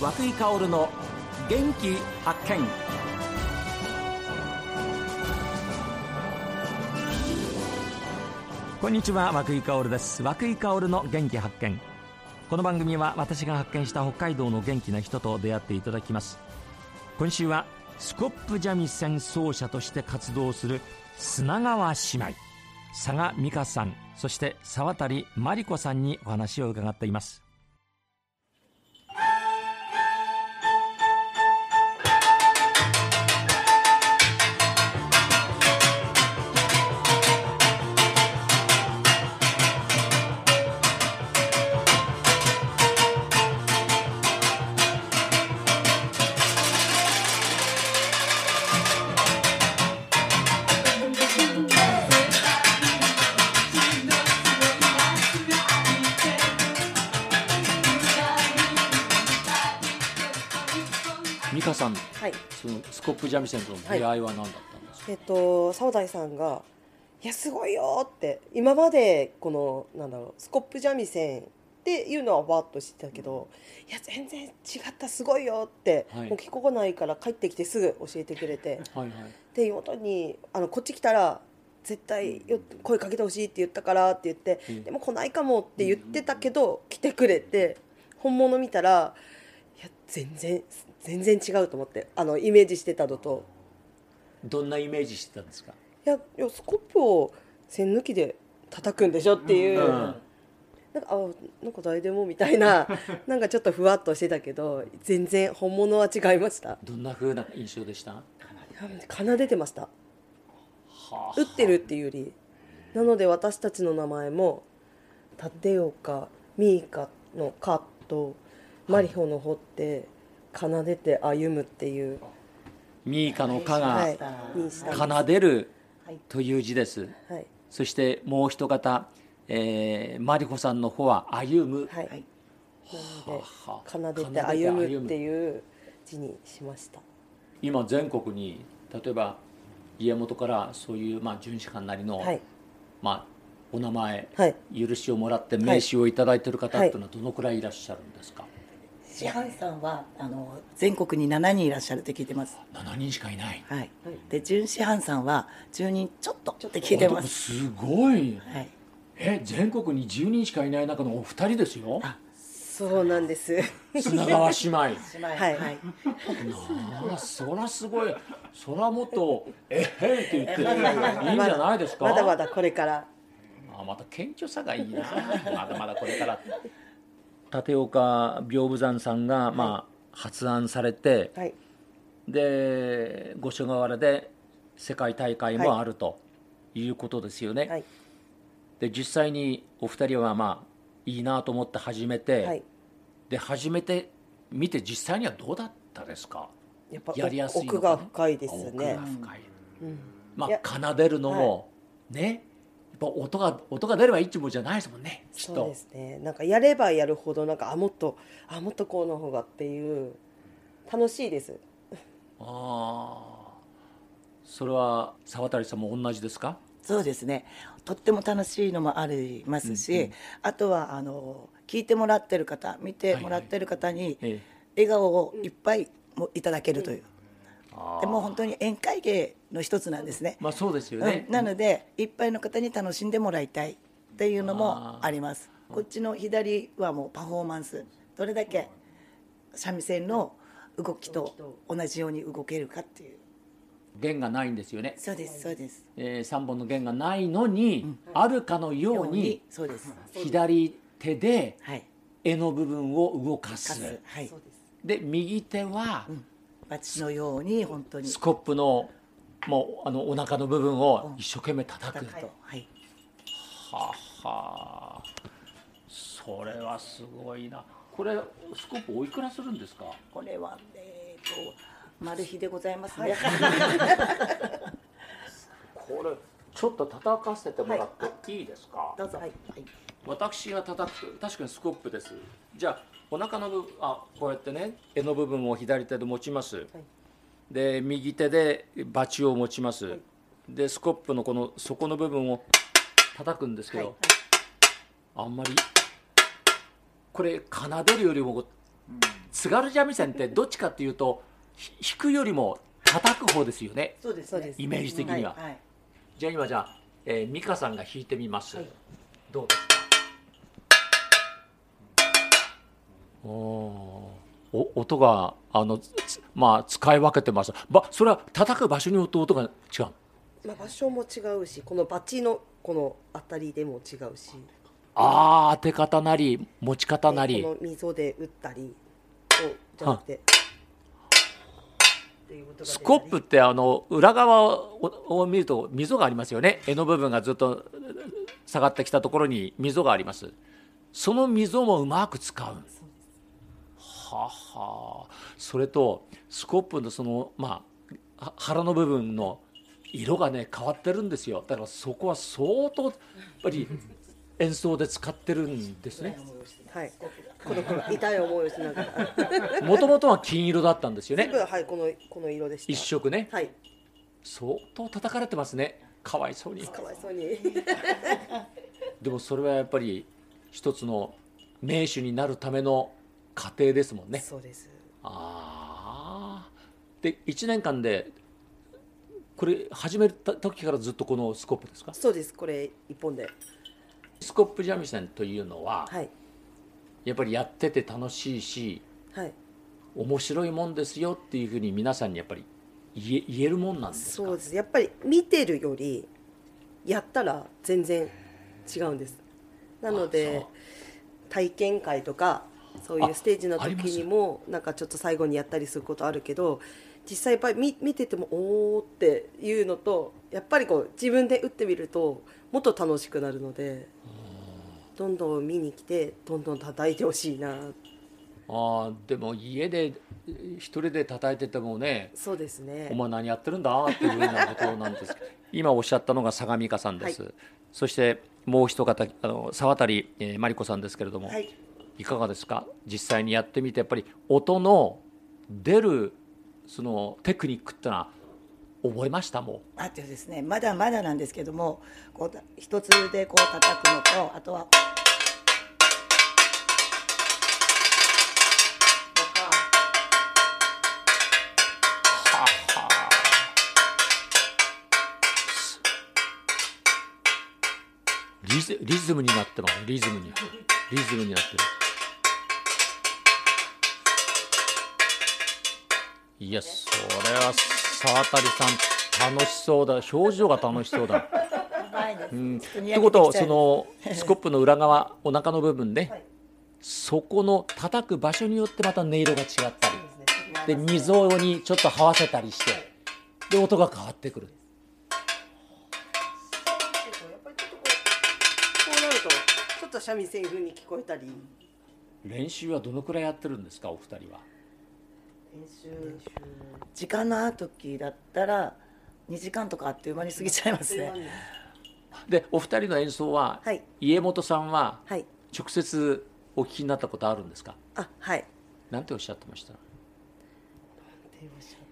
松井香織の元気発見こんにちは和井香織です和井香織の元気発見この番組は私が発見した北海道の元気な人と出会っていただきます今週はスコップ三味線奏者として活動する砂川姉妹佐賀美香さんそして沢渡真理子さんにお話を伺っています美香さんはい、そのスコップ三味線との出会いは何だったんですか、えっと澤大さんが「いやすごいよ」って今までこのなんだろうスコップ三味線っていうのはわーっとしてたけど「いや全然違ったすごいよ」って、はいもう聞こえないから帰ってきてすぐ教えてく れてはいはいで妹にあの「こっち来たら絶対よ声かけてほしい」って言ったからって言ってええ「でも来ないかも」って言ってたけど来てくれて本物見たら「いや全然全然違う」と思ってあのイメージしてたのと。どんなイメージしてたんですかいやいやスコップを線抜きで叩くんでしょっていう、うんなんかあなんか誰でもみたい ななんかちょっとふわっとしてたけど全然本物は違いましたどんな風な印象でしたは奏でてましたあ打ってるっていうよりなので私たちの名前も立岡ミーカの「カ」とマリホの「ホ」って奏でて歩むっていう、ミーカの「カ」はいが、にしたんです奏でるはいという字です、はいそしてもう一方、えー、マリコさんの方は歩む、はい、はあなので奏でて歩むっていう字にしました今全国に例えば家元からそういう、まあ、巡視官なりの、はいまあ、お名前、はい許しをもらって名刺をいただいてる方っていうのはどのくらいいらっしゃるんですか、支配さんはあの全国に7人いらっしゃるって聞いてます。 7人しかいないはいはい。で準師範さんは10人ちょっとって聞いてま。あですもすごいはい。え全国に10人しかいない中のお二人ですよあそうなんです。砂川姉妹はいはい。ああそらすごいそらもっと「えへい」って言っていいんじゃないですかまだまだこれから。あまた謙虚さがいいなまだまだこれから立岡屏風山さんが、まあ、発案されてはい。で五所川原で世界大会もあるということですよね、はい。で実際にお二人はまあいいなと思って始めて、はい。で始めてみて実際にはどうだったですかやっぱやりやすいの奥かなが深いです奥ねが。深いうんまいやあ奏でるのも、ねやっぱ音が音が出ればいいってもんじゃないですもんねきっそうとですね。なんかやればやるほどなんかあもっとあもっとこうの方がっていう楽しいです。ああそれは沢渡さんも同じですかそうですね。とっても楽しいのもありますし、あとはあの聞いてもらってる方、見てもらってる方にええ笑顔をいっぱいもいただけるという。あでもう本当に宴会芸の一つなんですね。まあそうですよね、うん、なのでいっぱいの方に楽しんでもらいたいっていうのもありますこっちの左はもうパフォーマンスどれだけ三味線の動きと同じように動けるかっていう弦がないんですよね、そうですそうですえ3本の弦がないのに、あるかのようにそう です左手ではい柄の部分を動かかすつはいで右手はバチのように本当にスコップのもうあのお腹の部分を一生懸命叩く叩くとはいははそれはすごいなこれスコップおいくらするんですかこれはえっとマル秘でございますねこれちょっと叩かせてもらっていいですか、どうぞはい私が叩くと確かにスコップですじゃあお腹の部分あこうやってね柄の部分を左手で持ちます、で右手でバチを持ちます、でスコップのこの底の部分を叩くんですけど、あんまりこれ奏でるよりも津軽三味線ってどっちかっていうとひ弾くよりも叩く方ですよねそうですそうですイメージ的には、はいじゃあ今じゃあ、えー、美香さんが弾いてみます、はいどうですかおーお音があのつまあ使い分けてますばそれは叩く場所によって音が違うまあ、場所も違うしこのバチのこの当たりでも違うしあー当て方なり持ち方なりこの溝で打ったりこうじゃなくてっていうことが出たりスコップってあの裏側をを見ると溝がありますよね柄の部分がずっと下がってきたところに溝がありますその溝もうまく使うははそれとスコップのそのまあは腹の部分の色がね変わってるんですよだからそこは相当やっぱり演奏で使ってるんですねはいこのこの痛い思いをしながらもともとは金色だったんですよね全部はいこのこの色でした一色ねはい相当叩かれてますねかわいそうにかわいそうにでもそれはやっぱり一つの名手になるための過程ですもんね。そうですああで1年間でこれ始めた時からずっとこのスコップですかそうですこれ一本でスコップ三味線というのは、はいやっぱりやってて楽しいしはい面白いもんですよっていうふうに皆さんにやっぱり言え言えるもんなんですかそうですやっぱり見てるよりやったら全然違うんですなのあでそう体験会とかそういあうステージのあり時ますにもなんかちょっと最後にやったりすることあるけど実際やっぱり見見ててもおーっていうのとやっぱりこう自分で打ってみるともっと楽しくなるのでどんどん見に来てどんどん叩いてほしいなあーでも家でえー一人で叩いててもねそうですねお前何やってるんだっていうようなことなんですけど今おっしゃったのが相模香さんです、そしてもう一方あの沢渡、えー真理子さんですけれども、はいいかがですか実際にやってみてやっぱり音の出るそのテクニックってのは覚えましたもあってですねまだまだなんですけどもこう一つでこう叩くのとあとはうリズリズムになってますリズムにリズムになってるいやそれは沢渡さん楽しそうだ表情が楽しそうだ前です、うん、っってことはそのスコップの裏側お腹の部分ね、はいそこの叩く場所によってまた音色が違ったりでで溝にちょっと這わせたりしてで音が変わってくるやっぱりちょっとこうこうなるとちょっと三味線風に聞こえたり練習はどのくらいやってるんですかお二人は時間の合う時だったら2時間とかあっという間に過ぎちゃいますねでお二人の演奏は、はい家元さんははい直接お聞きになったことあるんですかあはいなんておっしゃってました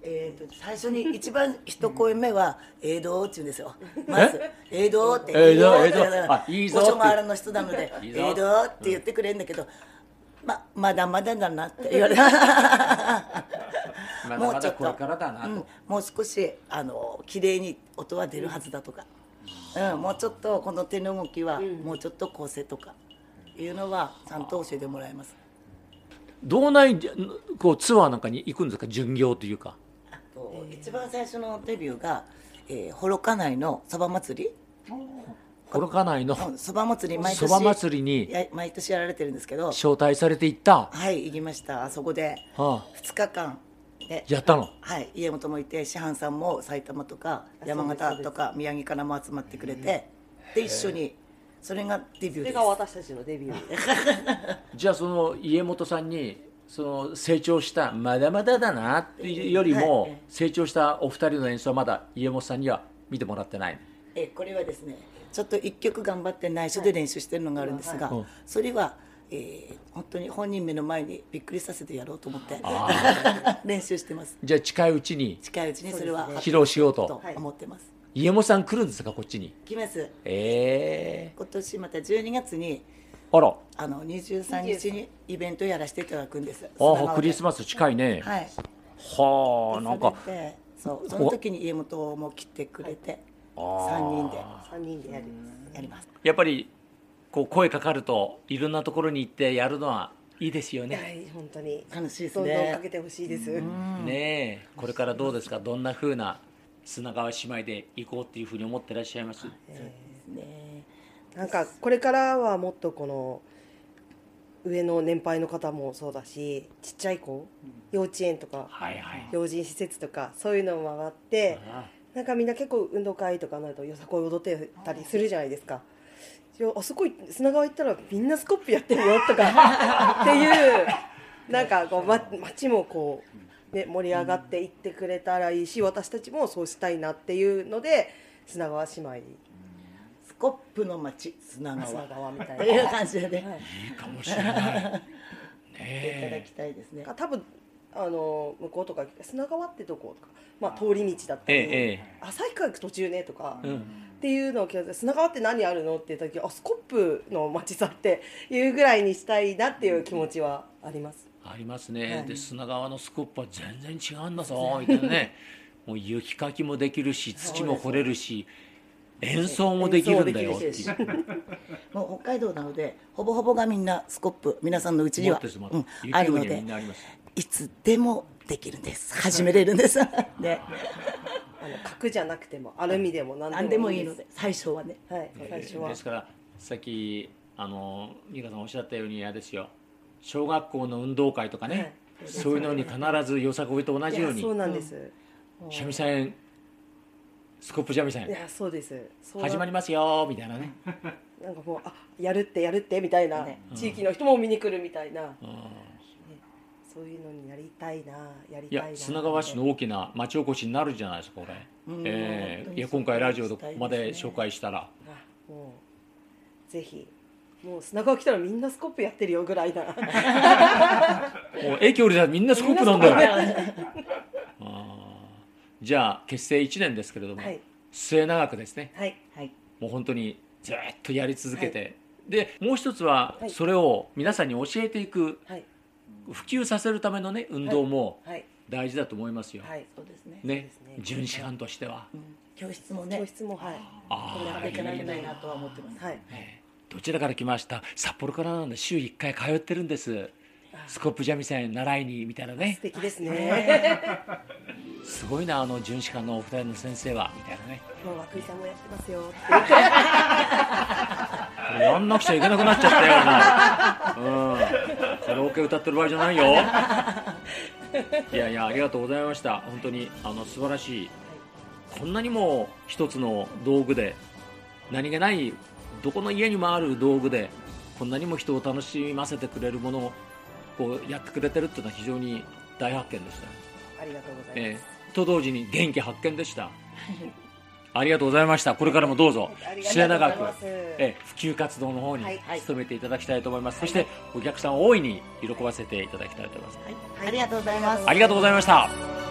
えー、と最初に一番一声目は「ええどう」って言うんですよまず「ええどう」ってええどうええどうええどうあいいぞおちょまわらの人なので「いいええぞどう」って言ってくれるんだけど、ままだまだだなって言われまだもまうちだょっとこれからだなと、うんもう少しあの綺麗に音は出るはずだとか、うん、もうちょっとこの手の動きはもうちょっと構成とかいうのはちゃんと教えてもらえます。道内こうツアーなんかに行くんですか巡業というかあと一番最初のデビューが、えー、幌加内のそば祭り幌加内のうんそば祭り毎そ年ば祭りにや毎年やられてるんですけど招待されて行った、はい行きましたあそこではあ、 2日間でやったのはい、家元もいて師範さんも埼玉とかあ山そ形うですとか宮城からも集まってくれてで一緒にそれがデビューそでれすが私たちのデビューじゃあその家元さんにその成長したまだまだだなっていうよりも、はい成長したお二人の演奏はまだ家元さんには見てもらってないえこれはですねちょっと一曲頑張って内緒で練習してるのがあるんですが、はいうんそれは、えー本当に本人目の前にびっくりさせてやろうと思って 練習してますじゃあ近いうちに近いうちにそれは披露しようとと思ってます。家元さん来るんですかこっちに来ますえ今年また12月にあらあの23日にイベントやらせていただくんです。あークリスマス近いねス。はい。はあなんかそれでそうその時に家元も来てくれて3人で3人でやりますやります。やっぱりこう声かかるといろんなところに行ってやるのはいいですよいやね。本当に楽しいですどんどんかねけ。てほしいです、ねえこれからどうですかどんな風な砂川姉妹で行こうっていうふうに思ってらっしゃいます、ねなんかこれからはもっとこの上の年配の方もそうだしちっちゃい子幼稚園とかはいはい。幼児施設とかそういうのも回ってなんかみんな結構運動会とかになるとよさこい踊ってたりするじゃないですか。いやあそこ行砂川行ったらみんなスコップやってるよとかっていうなんかこう、ま、街もこう、ね、盛り上がっていってくれたらいいし私たちもそうしたいなっていうので砂川姉妹スコップの町砂砂川川みたいとな。 いう感じでね、いいかもしれない。ねいただえき。たいですね。多分あの向こうとか砂川ってとことか、まあ、通り道だったええり、ええ。旭川行く途中ねとか、うっん。ていうのを聞いて砂川って何あるのって言った時あスコップの街さっていうぐらいにしたいなっていう気持ちはあります。ありますね、はいで砂川のスコップは全然違うんだぞみたいなねもう雪かきもできるし土も掘れるし演奏もできるんだよっていう演奏もう北海道なのでほぼほぼがみんなスコップ皆さんのうちに持っはてしまっうてん雪ある国にのはみんでなありますいつでもできるんです始めれる んですねあの角じゃなくてもアルミでも何何ででももいいいいでのすで。最初はねはい、最初はですからさっきあの美香さんおっしゃったようにあれですよ小学校の運動会とかね、はいそういうのに必ずよさこいと同じよういやそうになんです。三味線スコップ三味い線やそうです。そうな始まりますよみたいなね、なんかもうあやるってやるってみたいな、ね地域の人も見に来るみたいな。うんそういうのにやりたいな、やりいたいやな。砂川市の大きな町おこしになるじゃないですかこれ、うんえー本当にいや今回ラジオでここまそでうですね紹介したら、あもうぜひもう砂川来たらみんなスコップやってるよぐらいなもう駅降りたらみんなスコップなんだよあーじゃあ結成1年ですけれども、はい末永くですねはいはいもう本当にずっとやり続けて、でもう一つははいそれを皆さんに教えていくはい普及させるためのね運動もはい大事だと思いますよ、はいそうですねねそうですね巡視官としては、うん教室もね教室もはいあこれーはできられないなとは思ってますはいえーどちらから来ました札幌からなんで週1回通ってるんですスコップ三味線習いにみたいなね素敵ですねすごいなあの巡視官のお二人の先生はみたいなねもう涌井さんもやってますよってこれやんなくちゃいけなくなっちゃったよな、うん、カラオケ歌ってる場合じゃないよいやいやありがとうございました本当にあの素晴らしいこんなにも一つの道具で何気ないどこの家にもある道具でこんなにも人を楽しませてくれるものをこうやってくれてるっていうのは非常に大発見でした、ありがとうございえます、えと同時に元気発見でしたありがとうございましたこれからもどうぞありがとうござ末い永くますええ普及活動の方にはいはい努めていただきたいと思います、そしてお客さんを大いに喜ばせていただきたいと思います、はいありがとうございますありがとうございましたあ